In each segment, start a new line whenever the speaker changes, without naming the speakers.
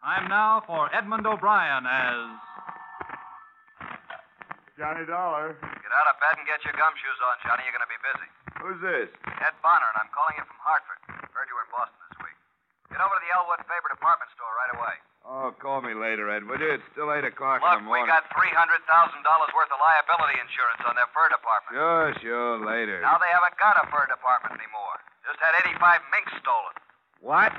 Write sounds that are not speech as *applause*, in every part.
Time now for Edmund O'Brien as.
Johnny Dollar.
Get out of bed and get your gumshoes on, Johnny. You're going to be busy.
Who's this?
Ed Bonner, and I'm calling you from Hartford. Heard you were in Boston this week. Get over to the Elwood Faber department store right away.
Oh, call me later, Ed, will you? It's still 8 o'clock
Look,
in the
we
morning.
got $300,000 worth of liability insurance on their fur department.
Sure, sure, later.
Now they haven't got a fur department anymore. Just had 85 minks stolen.
What?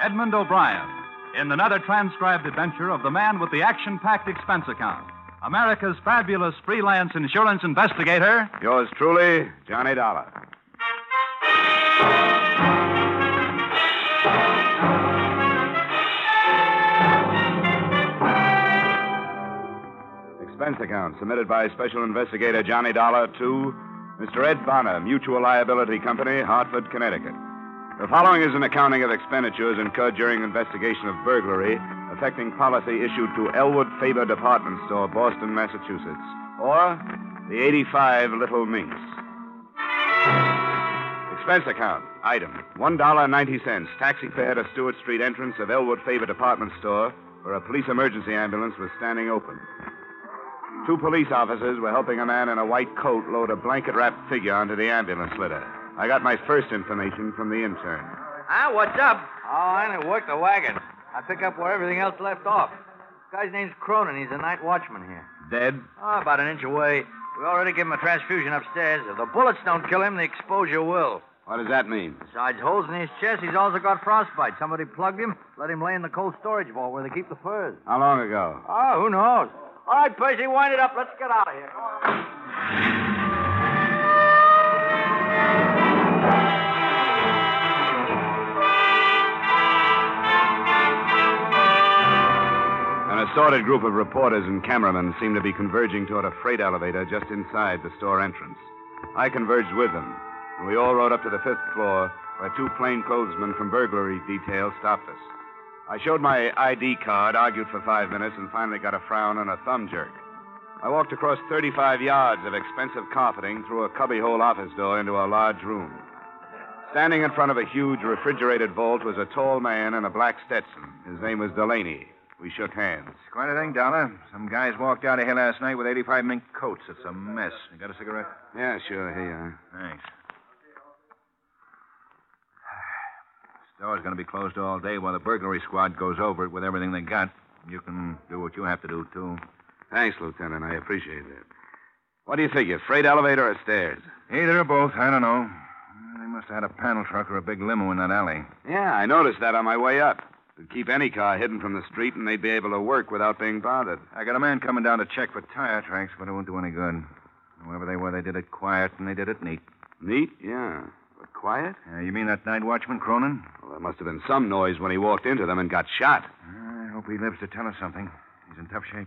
Edmund O'Brien in another transcribed adventure of the man with the action packed expense account, America's fabulous freelance insurance investigator.
Yours truly, Johnny Dollar. Expense account submitted by Special Investigator Johnny Dollar to Mr. Ed Bonner, Mutual Liability Company, Hartford, Connecticut. The following is an accounting of expenditures incurred during investigation of burglary affecting policy issued to Elwood Faber Department Store, Boston, Massachusetts, or the 85 Little Minks. Expense account. Item $1.90. Taxi fare to Stewart Street entrance of Elwood Faber Department Store, where a police emergency ambulance was standing open. Two police officers were helping a man in a white coat load a blanket wrapped figure onto the ambulance litter. I got my first information from the intern.
Huh? What's up? Oh, I only worked the wagon. I pick up where everything else left off. guy's name's Cronin. He's a night watchman here.
Dead?
Oh, about an inch away. We already gave him a transfusion upstairs. If the bullets don't kill him, the exposure will.
What does that mean?
Besides holes in his chest, he's also got frostbite. Somebody plugged him, let him lay in the cold storage vault where they keep the furs.
How long ago?
Oh, who knows? All right, Percy, wind it up. Let's get out of here.
An assorted group of reporters and cameramen seemed to be converging toward a freight elevator just inside the store entrance. I converged with them, and we all rode up to the fifth floor where two plainclothesmen from burglary detail stopped us. I showed my ID card, argued for five minutes, and finally got a frown and a thumb jerk. I walked across 35 yards of expensive carpeting through a cubbyhole office door into a large room. Standing in front of a huge refrigerated vault was a tall man in a black Stetson. His name was Delaney. We shook hands.
Quite a thing, Dollar. Some guys walked out of here last night with 85 mink coats. It's a mess. You got a cigarette?
Yeah, sure, here you are.
Thanks. *sighs* Store's going to be closed all day while the burglary squad goes over it with everything they got. You can do what you have to do, too.
Thanks, Lieutenant. I appreciate that. What do you figure, freight elevator or stairs?
Either or both, I don't know. They must have had a panel truck or a big limo in that alley.
Yeah, I noticed that on my way up. It'd keep any car hidden from the street, and they'd be able to work without being bothered.
I got a man coming down to check for tire tracks, but it won't do any good. Whoever they were, they did it quiet and they did it neat.
Neat, yeah. But quiet?
Uh, you mean that night watchman, Cronin?
Well, there must have been some noise when he walked into them and got shot.
I hope he lives to tell us something. He's in tough shape.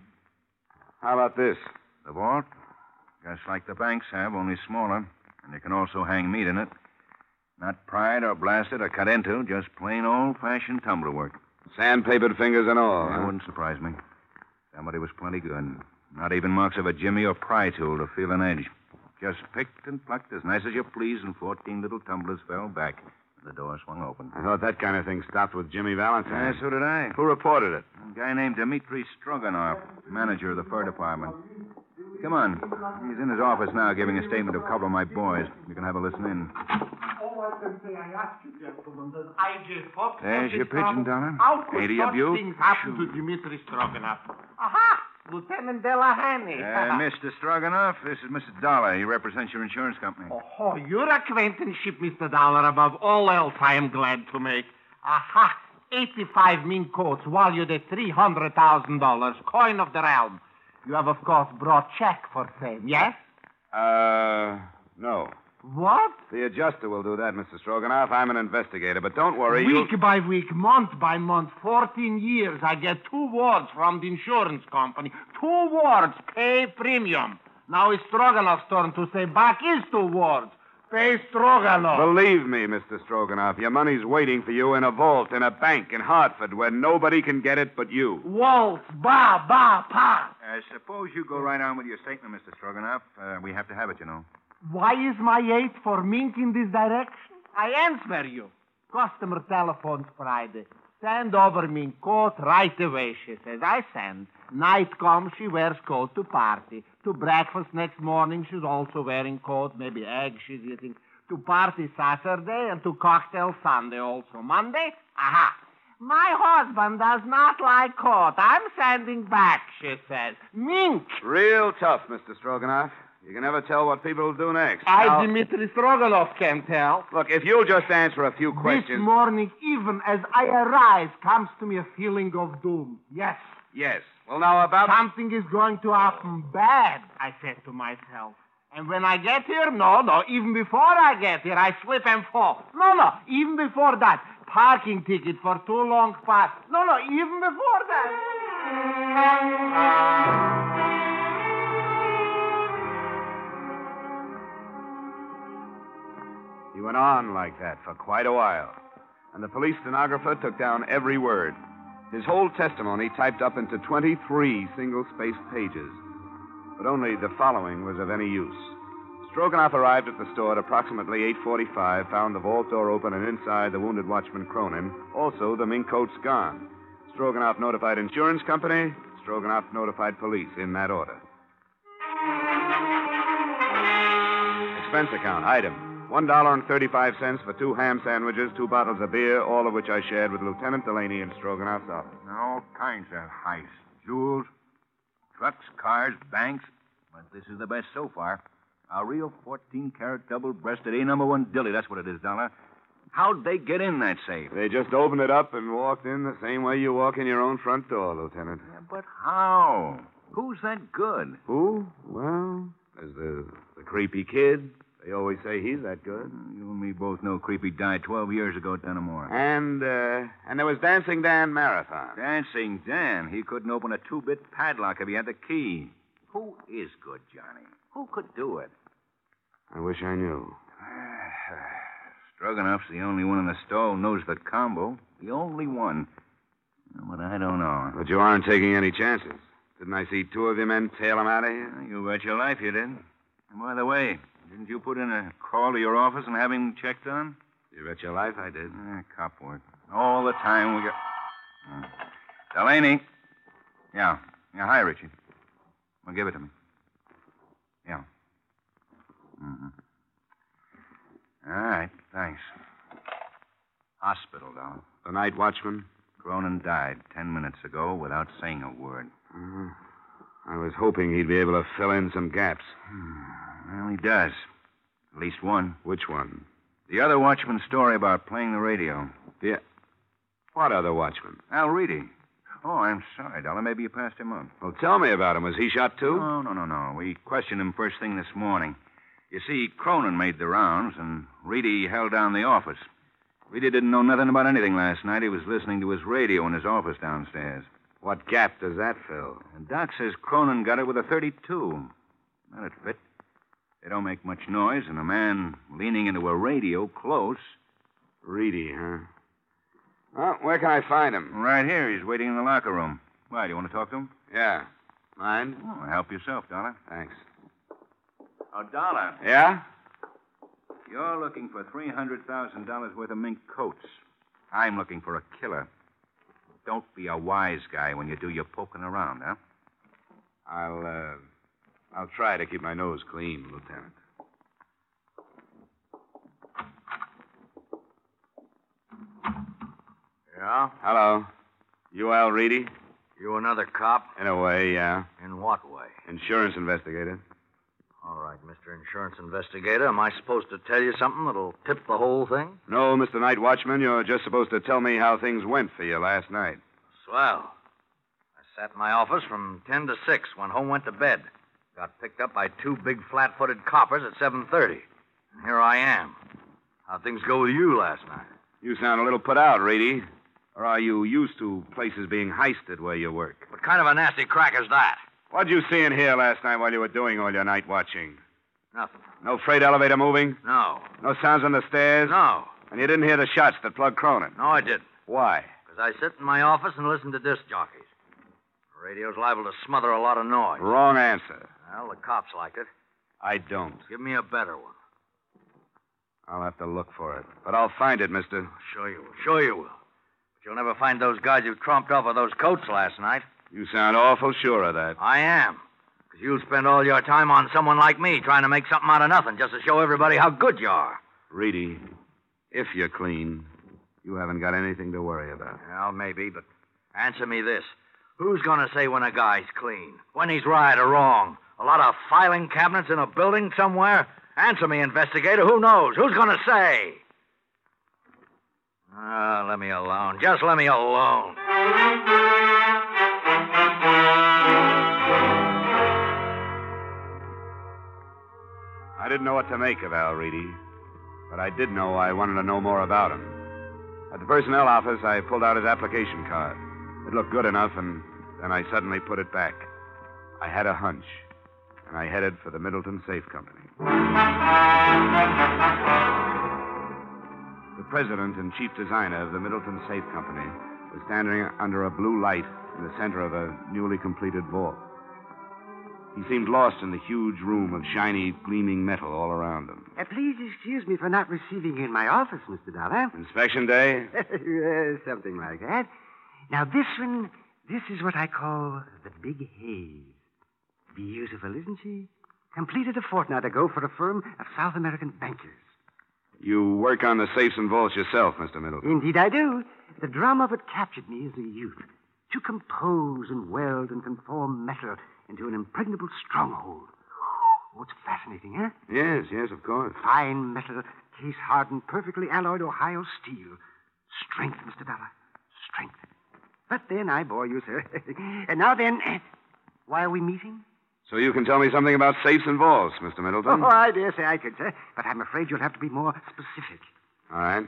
How about this?
The vault? Just like the banks have, only smaller. And you can also hang meat in it. Not pried or blasted or cut into, just plain old fashioned tumbler work.
Sandpapered fingers and all.
That
huh?
wouldn't surprise me. Somebody was plenty good. Not even marks of a jimmy or pry tool to feel an edge. Just picked and plucked as nice as you please, and 14 little tumblers fell back. and The door swung open.
I thought that kind of thing stopped with Jimmy Valentine.
Yeah, Ah, so did I.
Who reported it?
A guy named Dmitri Stroganov, manager of the fur department. Come on. He's in his office now giving a statement to a couple of my boys. You can have a listen in.
All I can say, I ask you, gentlemen, that I give up.
There's your pigeon, Donna.
How could
Eighty
such
of you.
things happen to Dmitri Stroganoff? Aha! Lieutenant Delahanny.
Uh, Mr. Stroganoff, this is Mr. Dollar. He represents your insurance company.
Oh, your acquaintanceship, Mr. Dollar, above all else, I am glad to make. Aha! 85 mean coats, valued at $300,000, coin of the realm. You have, of course, brought check for same, yes?
Uh, no.
What?
The adjuster will do that, Mr. Stroganoff. I'm an investigator, but don't worry. you...
Week by week, month by month, 14 years, I get two wards from the insurance company. Two wards, pay premium. Now it's Stroganoff's turn to say back is two wards. Pay Stroganoff.
Believe me, Mr. Stroganoff, your money's waiting for you in a vault, in a bank in Hartford, where nobody can get it but you.
Waltz, ba, ba, pa.
Uh, suppose you go right on with your statement, Mr. Stroganoff. Uh, we have to have it, you know.
Why is my eight for mink in this direction? I answer you. Customer telephones Friday. Send over mink coat right away, she says. I send. Night comes, she wears coat to party. To breakfast next morning, she's also wearing coat, maybe egg she's eating. To party Saturday and to cocktail Sunday also. Monday? Aha! My husband does not like coat. I'm sending back, she says. Mink!
Real tough, Mr. Stroganoff. You can never tell what people will do next.
I, Dmitri Stroganov, can tell.
Look, if you'll just answer a few
This
questions.
morning, even as I arise, comes to me a feeling of doom. Yes,
Yes. Well, now about.
something is going to happen bad, I said to myself. And when I get here, no, no, even before I get here, I slip and fall. No, no, even before that, parking ticket for too long past. No, no, even before that.
He went on like that for quite a while. And the police stenographer took down every word. His whole testimony typed up into 23 single spaced pages. But only the following was of any use. Stroganoff arrived at the store at approximately 8.45, found the vault door open, and inside the wounded watchman Cronin. Also, the mink coat's gone. Stroganoff notified insurance company. Stroganoff notified police in that order. Expense account item $1.35 for two ham sandwiches, two bottles of beer, all of which I shared with Lieutenant Delaney in Stroganoff's office.
And all kinds of heists. Jewels, trucks, cars, banks. But this is the best so far. A real 14 carat double breasted A number one dilly. That's what it is, Dollar. How'd they get in that safe?
They just opened it up and walked in the same way you walk in your own front door, Lieutenant.
Yeah, but how? Who's that good?
Who? Well, there's the, the creepy kid. They always say he's that good.
You and me both know Creepy died 12 years ago at Dunamore.
And, uh, and there was Dancing Dan Marathon.
Dancing Dan, he couldn't open a two bit padlock if he had the key. Who is good, Johnny? Who could do *sighs* it?
I wish I knew.
Stroganoff's the only one in the stall who knows the combo. The only one. But I don't know.
But you aren't taking any chances. Didn't I see two of your men tail him out of here?
You bet your life you did. And by the way, didn't you put in a call to your office and have him checked on?
You bet your life I did.
Eh, cop work. All the time we got. Hmm. Delaney. Yeah. Yeah, hi, Richie. Well, give it to me. Yeah. Mm-hmm. All right, thanks. Hospital, though.
The night watchman?
Cronin died ten minutes ago without saying a word.
Mhm. I was hoping he'd be able to fill in some gaps.
Hmm, Well, he does. At least one.
Which one?
The other watchman's story about playing the radio.
What other watchman?
Al Reedy. Oh, I'm sorry, Dollar. Maybe you passed him up.
Well, tell me about him. Was he shot too?
No, no, no, no. We questioned him first thing this morning. You see, Cronin made the rounds, and Reedy held down the office. Reedy didn't know nothing about anything last night. He was listening to his radio in his office downstairs.
What gap does that fill?
And Doc says Cronin got it with a 32. That'd fit. They don't make much noise, and a man leaning into a radio close.
Reedy, huh? Well, where can I find him?
Right here, he's waiting in the locker room. Why, do you want to talk to him?
Yeah. Mind?
Oh, help yourself, Dollar.
Thanks.
Oh, Dollar.
Yeah?
You're looking for $300,000 worth of mink coats. I'm looking for a killer. Don't be a wise guy when you do your poking around, huh?
I'll, uh, I'll try to keep my nose clean, Lieutenant.
Yeah?
Hello. You Al Reedy?
You another cop?
In a way, yeah.
In what way?
Insurance investigator.
All right, Mr. Insurance Investigator. Am I supposed to tell you something that'll tip the whole thing?
No, Mr. Night Watchman, you're just supposed to tell me how things went for you last night.
Swell. I sat in my office from 10 to 6, went home, went to bed. Got picked up by two big flat-footed coppers at 7.30. And here I am. How'd things go with you last night?
You sound a little put out, Reedy. Or are you used to places being heisted where you work?
What kind of a nasty crack is that?
What'd you see in here last night while you were doing all your night watching?
Nothing.
No freight elevator moving?
No.
No sounds on the stairs?
No.
And you didn't hear the shots that plugged Cronin?
No, I didn't.
Why?
Because I sit in my office and listen to disc jockeys. The radio's liable to smother a lot of noise.
Wrong answer.
Well, the cops liked it.
I don't.
Give me a better one.
I'll have to look for it. But I'll find it, mister.
Sure you will. Sure you will. But you'll never find those guys you tromped off of those coats last night.
You sound awful sure of that.
I am. Because you'll spend all your time on someone like me trying to make something out of nothing just to show everybody how good you are.
Reedy, if you're clean, you haven't got anything to worry about.
Well, maybe, but answer me this. Who's going to say when a guy's clean? When he's right or wrong? A lot of filing cabinets in a building somewhere? Answer me, investigator. Who knows? Who's going to say? Ah, let me alone. Just let me alone.
I didn't know what to make of Al Reedy, but I did know I wanted to know more about him. At the personnel office, I pulled out his application card. It looked good enough, and then I suddenly put it back. I had a hunch, and I headed for the Middleton Safe Company. The president and chief designer of the Middleton Safe Company was standing under a blue light in the center of a newly completed vault. He seemed lost in the huge room of shiny, gleaming metal all around him.
Uh, please excuse me for not receiving you in my office, Mr. Dollar.
Inspection day?
*laughs* Uh, Something like that. Now, this one, this is what I call the Big Haze. Beautiful, isn't she? Completed a fortnight ago for a firm of South American bankers.
You work on the safes and vaults yourself, Mr. Middleton.
Indeed, I do. The drama of it captured me as a youth. To compose and weld and conform metal into an impregnable stronghold. Oh, it's fascinating, eh?
Yes, yes, of course.
Fine metal, case hardened, perfectly alloyed Ohio steel. Strength, Mr. Dollar. Strength. But then I bore you, sir. *laughs* and now then, *clears throat* why are we meeting?
So you can tell me something about safes and vaults, Mr. Middleton.
*laughs* Oh, I dare say I could, sir. But I'm afraid you'll have to be more specific.
All right.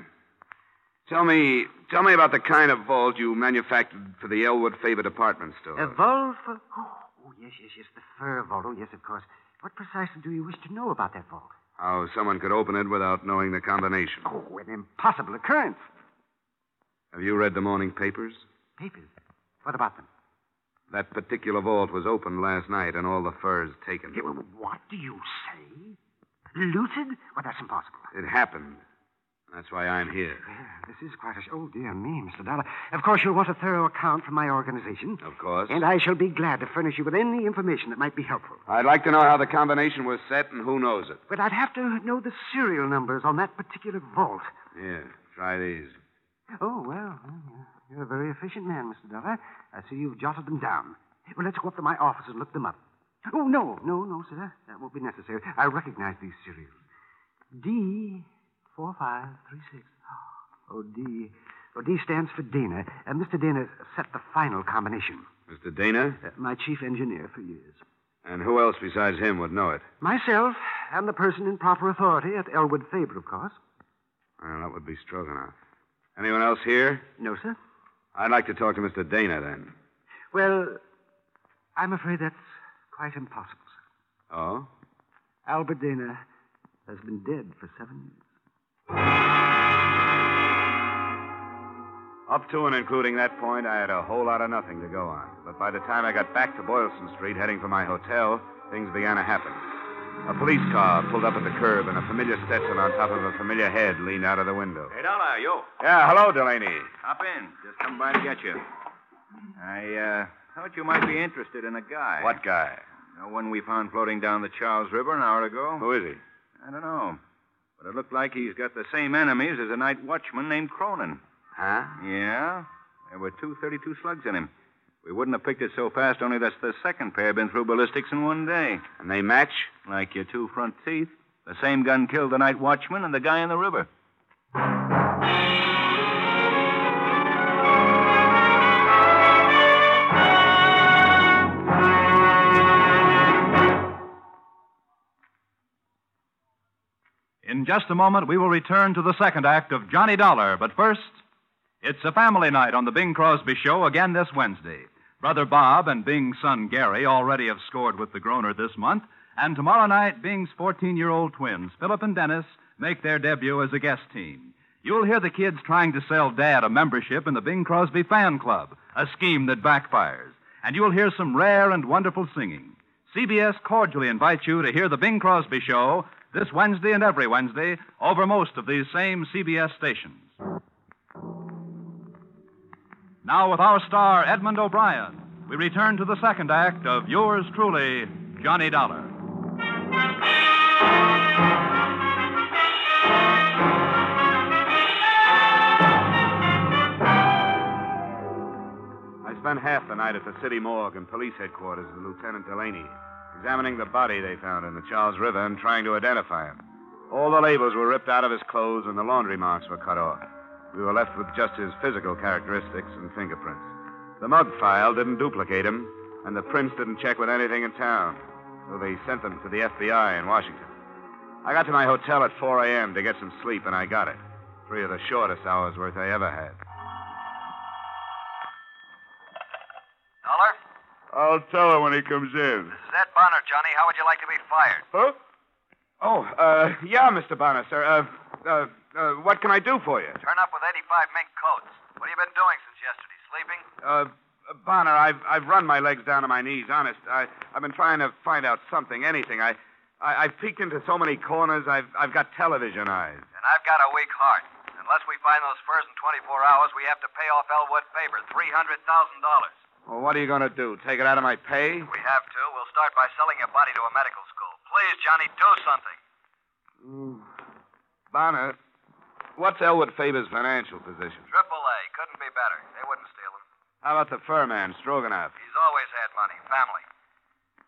Tell me, tell me about the kind of vault you manufactured for the Elwood Faber department store.
A vault for. *gasps* Oh, yes, yes, yes. The fur vault. Oh, yes, of course. What precisely do you wish to know about that vault?
How someone could open it without knowing the combination.
Oh, an impossible occurrence.
Have you read the morning papers?
Papers. What about them?
That particular vault was opened last night and all the furs taken.
You- What do you say? Looted? Well, that's impossible.
It happened. That's why I'm here.
Well, this is quite a. sh- Oh, dear me, Mr. Dollar. Of course, you'll want a thorough account from my organization.
Of course.
And I shall be glad to furnish you with any information that might be helpful.
I'd like to know how the combination was set and who knows it.
But I'd have to know the serial numbers on that particular vault.
Here, try these.
Oh, well, you're a very efficient man, Mr. Dollar. I see you've jotted them down. Well, let's go up to my office and look them up. Oh, no, no, no, sir. That won't be necessary. I recognize these serials. D4536. Oh, D. Oh, D stands for Dana. And Mr. Dana set the final combination.
Mr. Dana?
Uh, my chief engineer for years.
And who else besides him would know it?
Myself and the person in proper authority at Elwood Faber, of course.
Well, that would be Stroganoff. Anyone else here?
No, sir.
I'd like to talk to Mr. Dana then.
Well, I'm afraid that's quite impossible, sir.
Oh?
Albert Dana has been dead for seven years.
Up to and including that point, I had a whole lot of nothing to go on. But by the time I got back to Boylston Street, heading for my hotel, things began to happen. A police car pulled up at the curb, and a familiar Stetson on top of a familiar head leaned out of the window.
Hey, Dollar, yo.
Yeah, hello, Delaney.
Hop in. Just come by to get you. I, uh, thought you might be interested in a guy.
What guy?
The one we found floating down the Charles River an hour ago.
Who is he?
I don't know. But it looked like he's got the same enemies as a night watchman named Cronin.
Huh?
Yeah. There were two 32 slugs in him. We wouldn't have picked it so fast, only that's the second pair been through ballistics in one day.
And they match?
Like your two front teeth. The same gun killed the night watchman and the guy in the river.
In just a moment, we will return to the second act of Johnny Dollar. But first, it's a family night on the Bing Crosby Show again this Wednesday. Brother Bob and Bing's son Gary already have scored with the Groner this month. And tomorrow night, Bing's 14 year old twins, Philip and Dennis, make their debut as a guest team. You'll hear the kids trying to sell Dad a membership in the Bing Crosby Fan Club, a scheme that backfires. And you'll hear some rare and wonderful singing.
CBS cordially invites you to hear The Bing Crosby Show this Wednesday and every Wednesday over most of these same CBS stations. Now, with our star, Edmund O'Brien, we return to the second act of yours truly, Johnny Dollar.
I spent half the night at the city morgue and police headquarters with Lieutenant Delaney, examining the body they found in the Charles River and trying to identify him. All the labels were ripped out of his clothes and the laundry marks were cut off. We were left with just his physical characteristics and fingerprints. The mug file didn't duplicate him, and the prints didn't check with anything in town, so they sent them to the FBI in Washington. I got to my hotel at 4 a.m. to get some sleep, and I got it. Three of the shortest hours' worth I ever had.
Dollar?
I'll tell her when he comes in.
This is Ed Bonner, Johnny. How would you like to be fired?
Huh? Oh, uh, yeah, Mr. Bonner, sir. Uh, uh, uh, what can I do for you?
Turn up with 85 mink coats. What have you been doing since yesterday? Sleeping?
Uh, Bonner, I've, I've run my legs down to my knees, honest. I, I've been trying to find out something, anything. I, I, I've peeked into so many corners, I've, I've got television eyes.
And I've got a weak heart. Unless we find those furs in 24 hours, we have to pay off Elwood Faber $300,000.
Well, what are you going to do? Take it out of my pay?
We have to. We'll start by selling your body to a medical school. Please, Johnny, do something.
Bonner, what's Elwood Faber's financial position?
Triple A. Couldn't be better. They wouldn't steal him.
How about the fur man, Stroganoff?
He's always had money, family.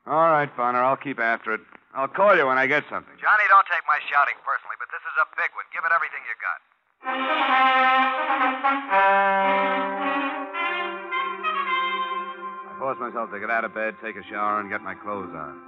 All right, Bonner, I'll keep after it. I'll call you when I get something.
Johnny, don't take my shouting personally, but this is a big one. Give it everything you got.
I forced myself to get out of bed, take a shower, and get my clothes on.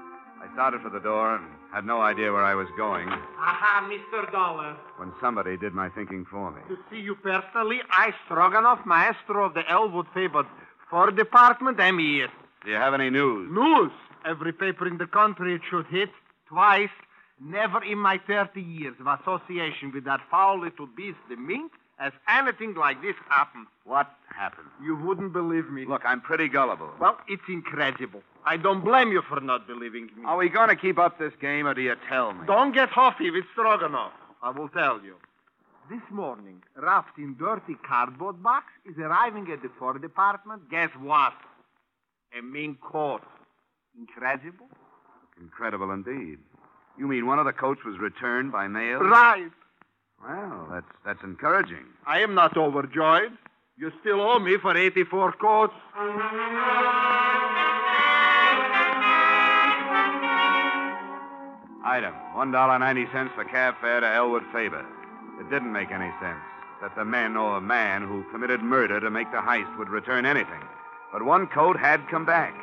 I started for the door and had no idea where I was going
Aha, Mr. Dollar.
when somebody did my thinking for me.
To see you personally, I, Stroganoff, maestro of the Elwood Favored Fur Department, E am here.
Do you have any news?
News! Every paper in the country it should hit twice. Never in my 30 years of association with that foul little beast, the mink, has anything like this happened.
What happened?
You wouldn't believe me.
Look, I'm pretty gullible.
Well, it's incredible. I don't blame you for not believing me.
Are we going to keep up this game, or do you tell me?
Don't get huffy with Stroganoff. I will tell you. This morning, wrapped in dirty cardboard box, is arriving at the fur department. Guess what? A mink coat. Incredible?
Incredible indeed. You mean one of the coats was returned by mail?
Right.
Well, that's that's encouraging.
I am not overjoyed. You still owe me for 84 coats.
Item $1.90 for cab fare to Elwood Faber. It didn't make any sense that the men or man who committed murder to make the heist would return anything. But one coat had come back.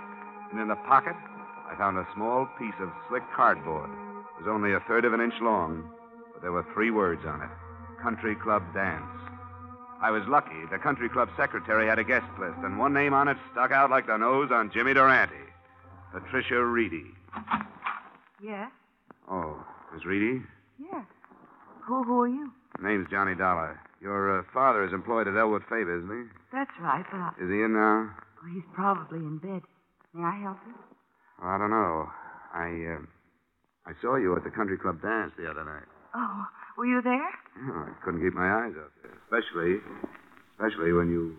And in the pocket, I found a small piece of slick cardboard. It was only a third of an inch long, but there were three words on it Country Club Dance. I was lucky. The country club secretary had a guest list, and one name on it stuck out like the nose on Jimmy Durante Patricia Reedy.
Yes,
Oh, Miss Reedy?
yes. Who, who are you?
Name's Johnny Dollar. Your uh, father is employed at Elwood Faber, isn't
That's right, but I,
he? Is he in now?
oh, he's probably in bed. May I help you?
Well, I don't know. I uh, I saw you at the country club dance the other night.
Oh, were you there?
Oh, I couldn't keep my eyes off you, especially especially when you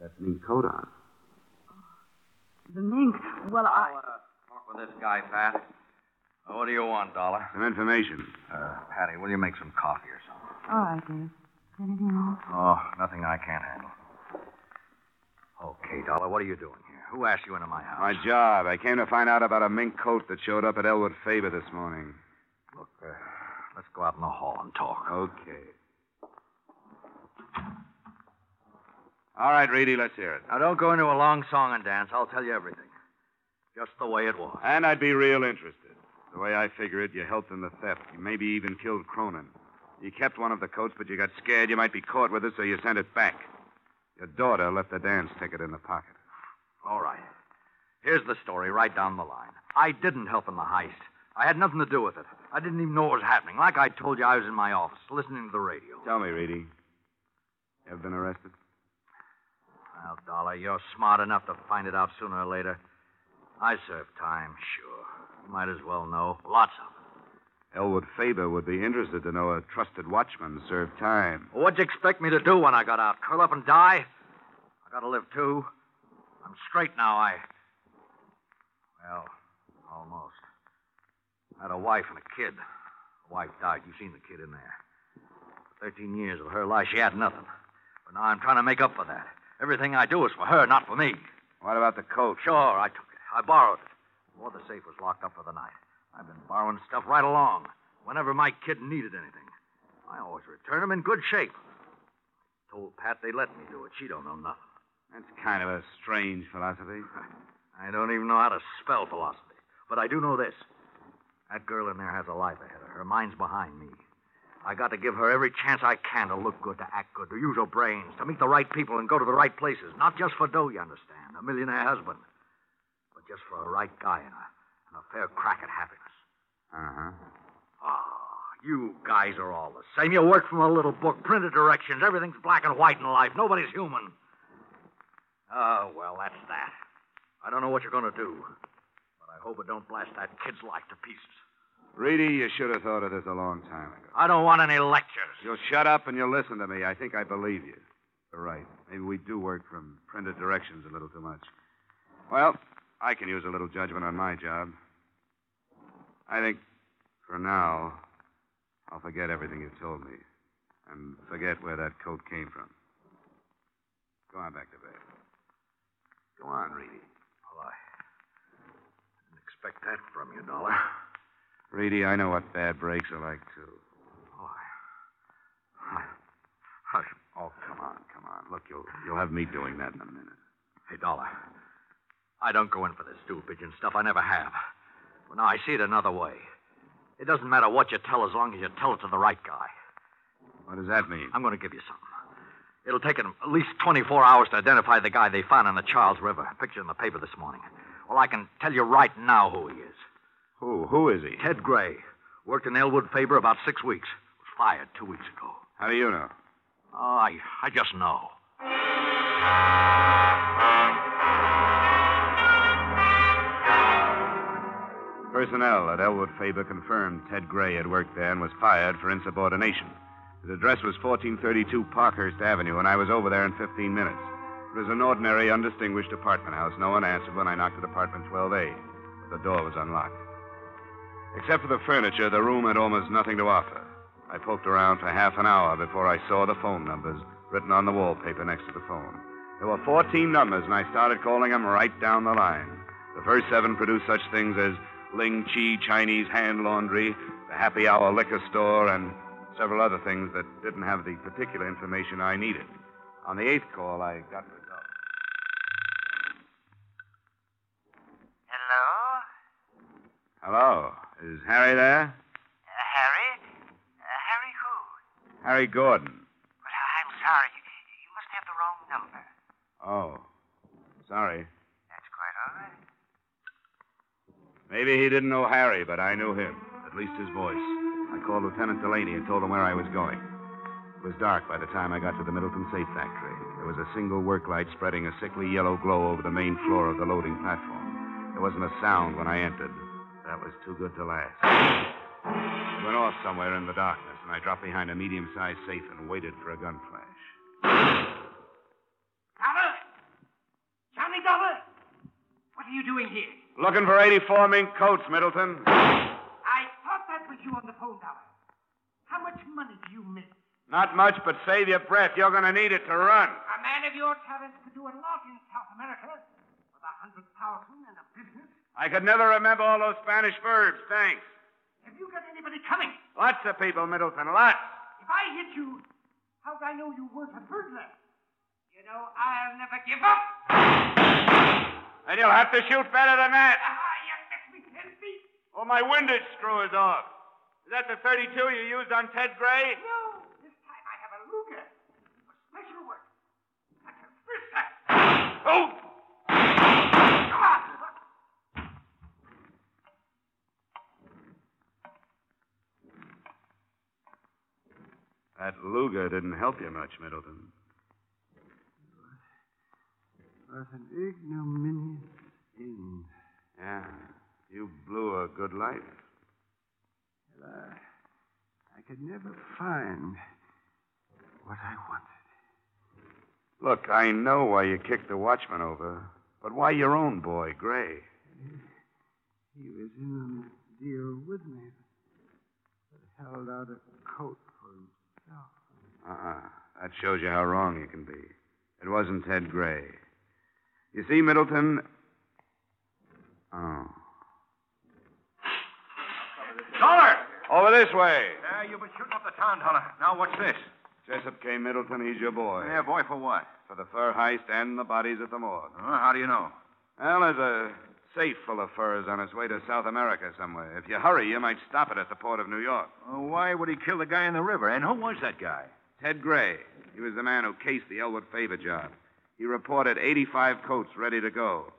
had that mean coat on.
The mink. Well, I.
Talk with this guy, Pat. Oh, what do you want, Dollar?
Some information.
Uh, Patty, will you make some coffee or something?
All right, Dave. oh, Anything else?
Oh, nothing I can't handle. Okay, Dollar, what are you doing here? Who asked you into my house?
My job. I came to find out about a mink coat that showed up at Elwood Faber this morning.
Look, uh, let's go out in the hall and talk.
Okay. All right, Reedy, let's hear it.
Now, don't go into a long song and dance. I'll tell you everything. Just the way it was.
And I'd be real interested. The way I figure it, you helped in the theft. You maybe even killed Cronin. You kept one of the coats, but you got scared you might be caught with it, so you sent it back. Your daughter left the dance ticket in the pocket.
All right. Here's the story right down the line. I didn't help in the heist. I had nothing to do with it. I didn't even know what was happening. Like I told you, I was in my office listening to the radio.
Tell me, Reedy. You ever been arrested?
Well, Dollar, you're smart enough to find it out sooner or later. I served time, sure. Might as well know. Lots of them.
Elwood Faber would be interested to know a trusted watchman served time.
Well, what'd you expect me to do when I got out? Curl up and die? I gotta live too. I'm straight now. I. Well, almost. I had a wife and a kid. The wife died. You've seen the kid in there. Thirteen years of her life, she had nothing. But now I'm trying to make up for that. Everything I do is for her, not for me.
What about the coat?
Sure, I took it. I borrowed it. Before the safe was locked up for the night. I've been borrowing stuff right along. Whenever my kid needed anything, I always return 'em in good shape. Told Pat they let me do it. She don't know nothing.
That's kind of a strange philosophy.
I don't even know how to spell philosophy. But I do know this. That girl in there has a life ahead of her. Mine's behind me. I got to give her every chance I can to look good, to act good, to use her brains, to meet the right people and go to the right places. Not just for dough, you understand, a millionaire husband, but just for a right guy and a, and a fair crack at happiness.
Uh-huh.
Ah, you guys are all the same. You work from a little book, printed directions. Everything's black and white in life. Nobody's human. Oh, well, that's that. I don't know what you're going to do, but I hope it don't blast that kid's life to pieces.
Reedy, you should have thought of this a long time ago.
I don't want any lectures.
You'll shut up and you'll listen to me. I think I believe you. You're right. Maybe we do work from printed directions a little too much. Well, I can use a little judgment on my job. I think for now, I'll forget everything you told me and forget where that coat came from. Go on back to bed. Go on, Reedy.
Well, I didn't expect that from you, Dollar.
Reedy, I know what bad breaks are like, too.
Oh, I... I... I-
Oh, come on, come on. Look, you'll, you'll have me doing that in a minute.
Hey, Dollar. I don't go in for this stool pigeon stuff. I never have. But now I see it another way. It doesn't matter what you tell as long as you tell it to the right guy.
What does that mean?
I'm going to give you something. It'll take them at least 24 hours to identify the guy they found in the Charles River. Picture in the paper this morning. Well, I can tell you right now who he is.
Who? Who is he?
Ted Gray. Worked in Elwood Faber about six weeks. Was fired two weeks ago.
How do you know?
Oh, I, I just know.
Personnel at Elwood Faber confirmed Ted Gray had worked there and was fired for insubordination. His address was 1432 Parkhurst Avenue, and I was over there in 15 minutes. It was an ordinary, undistinguished apartment house. No one answered when I knocked at apartment 12A. But the door was unlocked. Except for the furniture, the room had almost nothing to offer. I poked around for half an hour before I saw the phone numbers written on the wallpaper next to the phone. There were 14 numbers, and I started calling them right down the line. The first seven produced such things as Ling Chi Chinese Hand Laundry, the Happy Hour Liquor Store, and several other things that didn't have the particular information I needed. On the eighth call, I got results.
Hello?
Hello, is Harry there?
Uh, Harry? Uh, Harry who?
Harry Gordon.
Well, I- I'm sorry. You, you must have the wrong number.
Oh, sorry.
That's quite all right.
Maybe he didn't know Harry, but I knew him, at least his voice. I called Lieutenant Delaney and told him where I was going. It was dark by the time I got to the Middleton Safe Factory. There was a single work light spreading a sickly yellow glow over the main floor of the loading platform. There wasn't a sound when I entered. That was too good to last. It went off somewhere in the darkness, and I dropped behind a medium sized safe and waited for a gun flash.
Dollar? Johnny Dollar? What are you doing here?
Looking for 84 mink coats, Middleton.
I thought that was you on the phone, Dollar. How much money do you make?
Not much, but save your breath. You're going to need it to run.
A man of your talents could do a lot in South America with a hundred thousand and a business.
I could never remember all those Spanish verbs. Thanks.
Have you got anybody coming?
Lots of people, Middleton. Lots.
If I hit you, how'd I know you weren't a burglar? You know, I'll never give up.
And you'll have to shoot better than that.
Ah, you left me ten feet.
Oh, my windage screw is off. Is that the 32 you used on Ted Gray?
No, this time I have a Luger. For special work. Like a fister.
Oh!
Come on.
That Luger didn't help you much, Middleton.
Was an ignominious end.
Yeah. You blew a good life.
Well, I, I could never find what I wanted.
Look, I know why you kicked the watchman over, but why your own boy, Gray?
He was in on the deal with me, but held out a coat for himself.
Uh-uh. That shows you how wrong you can be. It wasn't Ted Gray. You see, Middleton. Oh.
Dollar!
Over this way.
Yeah, you've been shooting up the town, Dollar. Now what's this?
Jessup K. Middleton, he's your boy.
Yeah, boy, for what?
For the fur heist and the bodies at the morgue.
Huh, how do you know?
Well, there's a safe full of furs on its way to South America somewhere. If you hurry, you might stop it at the port of New York.
Uh, why would he kill the guy in the river? And who was that guy?
Ted Gray. He was the man who cased the Elwood Favor job. He reported 85 coats ready to go.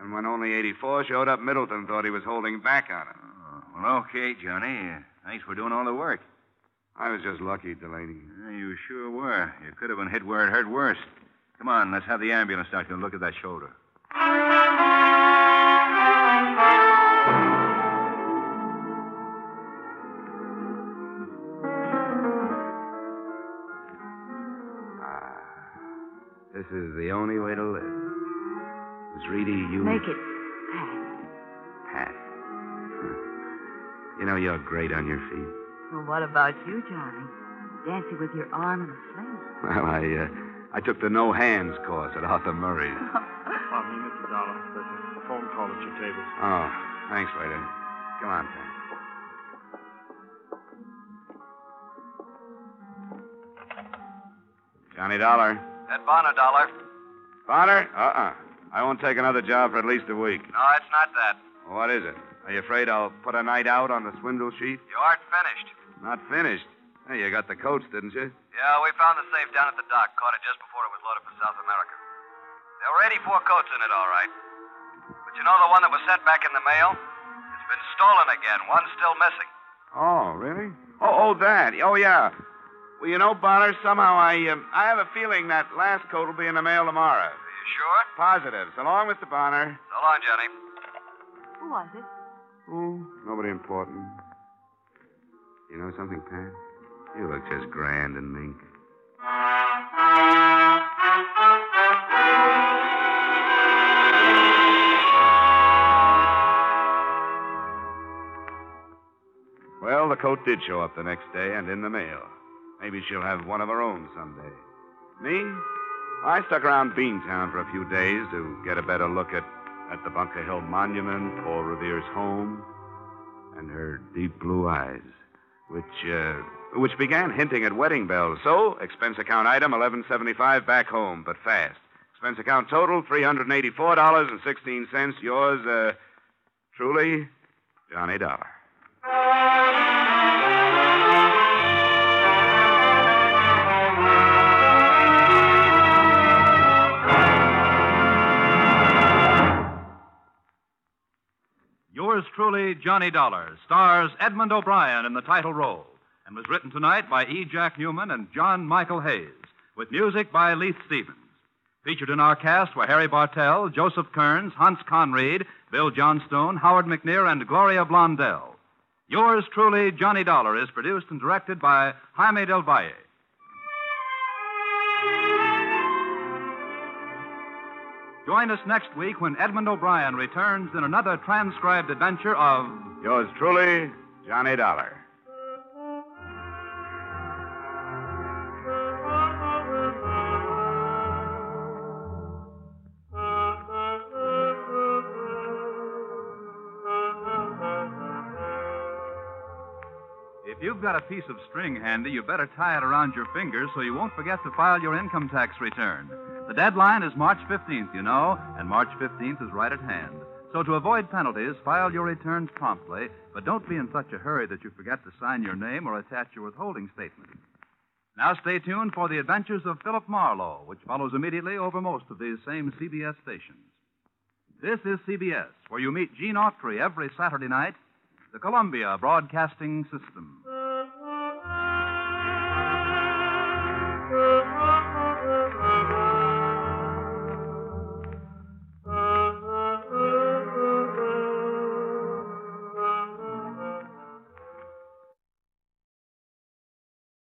And when only 84 showed up, Middleton thought he was holding back on him.
Oh, well, okay, Johnny. Uh, Thanks for doing all the work.
I was just lucky, Delaney.
Yeah, you sure were. You could have been hit where it hurt worse. Come on, let's have the ambulance doctor look at that shoulder.
Ah, This is the only way to live. Miss Reedy, you.
Make it fast.
Pat. Hmm. You know, you're great on your feet.
Well, what about you, Johnny? Dancing with your arm in a sling.
Well, I, uh, I took the no hands course at Arthur Murray's.
Pardon me, Mr. Dollar. There's a phone call at your table.
Oh, thanks, waiter. Come on, Pat. Johnny Dollar.
Ed Bono, Dollar.
Bonner? Uh-uh. I won't take another job for at least a week.
No, it's not that.
What is it? Are you afraid I'll put a night out on the swindle sheet?
You aren't finished.
Not finished. Hey, you got the coats, didn't you?
Yeah, we found the safe down at the dock. Caught it just before it was loaded for South America. There were 84 coats in it, all right. But you know the one that was sent back in the mail? It's been stolen again. One's still missing.
Oh, really? Oh, oh, that. Oh, yeah. Well, you know, Bonner, somehow I, um, I have a feeling that last coat will be in the mail
Are
tomorrow.
you sure?
Positive. So long, Mr. Bonner.
So long, Johnny.
Who was it?
Oh, nobody important. You know something, Pat? You look just grand and mink. Well, the coat did show up the next day and in the mail. Maybe she'll have one of her own someday. Me? I stuck around Beantown for a few days to get a better look at, at the Bunker Hill Monument, Paul Revere's home, and her deep blue eyes, which uh, which began hinting at wedding bells. So, expense account item eleven seventy five back home, but fast. Expense account total three hundred and eighty four dollars and sixteen cents. Yours, uh, truly, Johnny Dollar.
Yours truly, Johnny Dollar, stars Edmund O'Brien in the title role, and was written tonight by E. Jack Newman and John Michael Hayes, with music by Leith Stevens. Featured in our cast were Harry Bartell, Joseph Kearns, Hans Conried, Bill Johnstone, Howard McNear, and Gloria Blondell. Yours truly, Johnny Dollar, is produced and directed by Jaime Del Valle. Join us next week when Edmund O'Brien returns in another transcribed adventure of
Yours truly, Johnny Dollar.
If you've got a piece of string handy, you better tie it around your finger so you won't forget to file your income tax return. The deadline is March 15th, you know, and March 15th is right at hand. So to avoid penalties, file your returns promptly, but don't be in such a hurry that you forget to sign your name or attach your withholding statement. Now stay tuned for the adventures of Philip Marlowe, which follows immediately over most of these same CBS stations. This is CBS, where you meet Gene Autry every Saturday night, the Columbia Broadcasting System.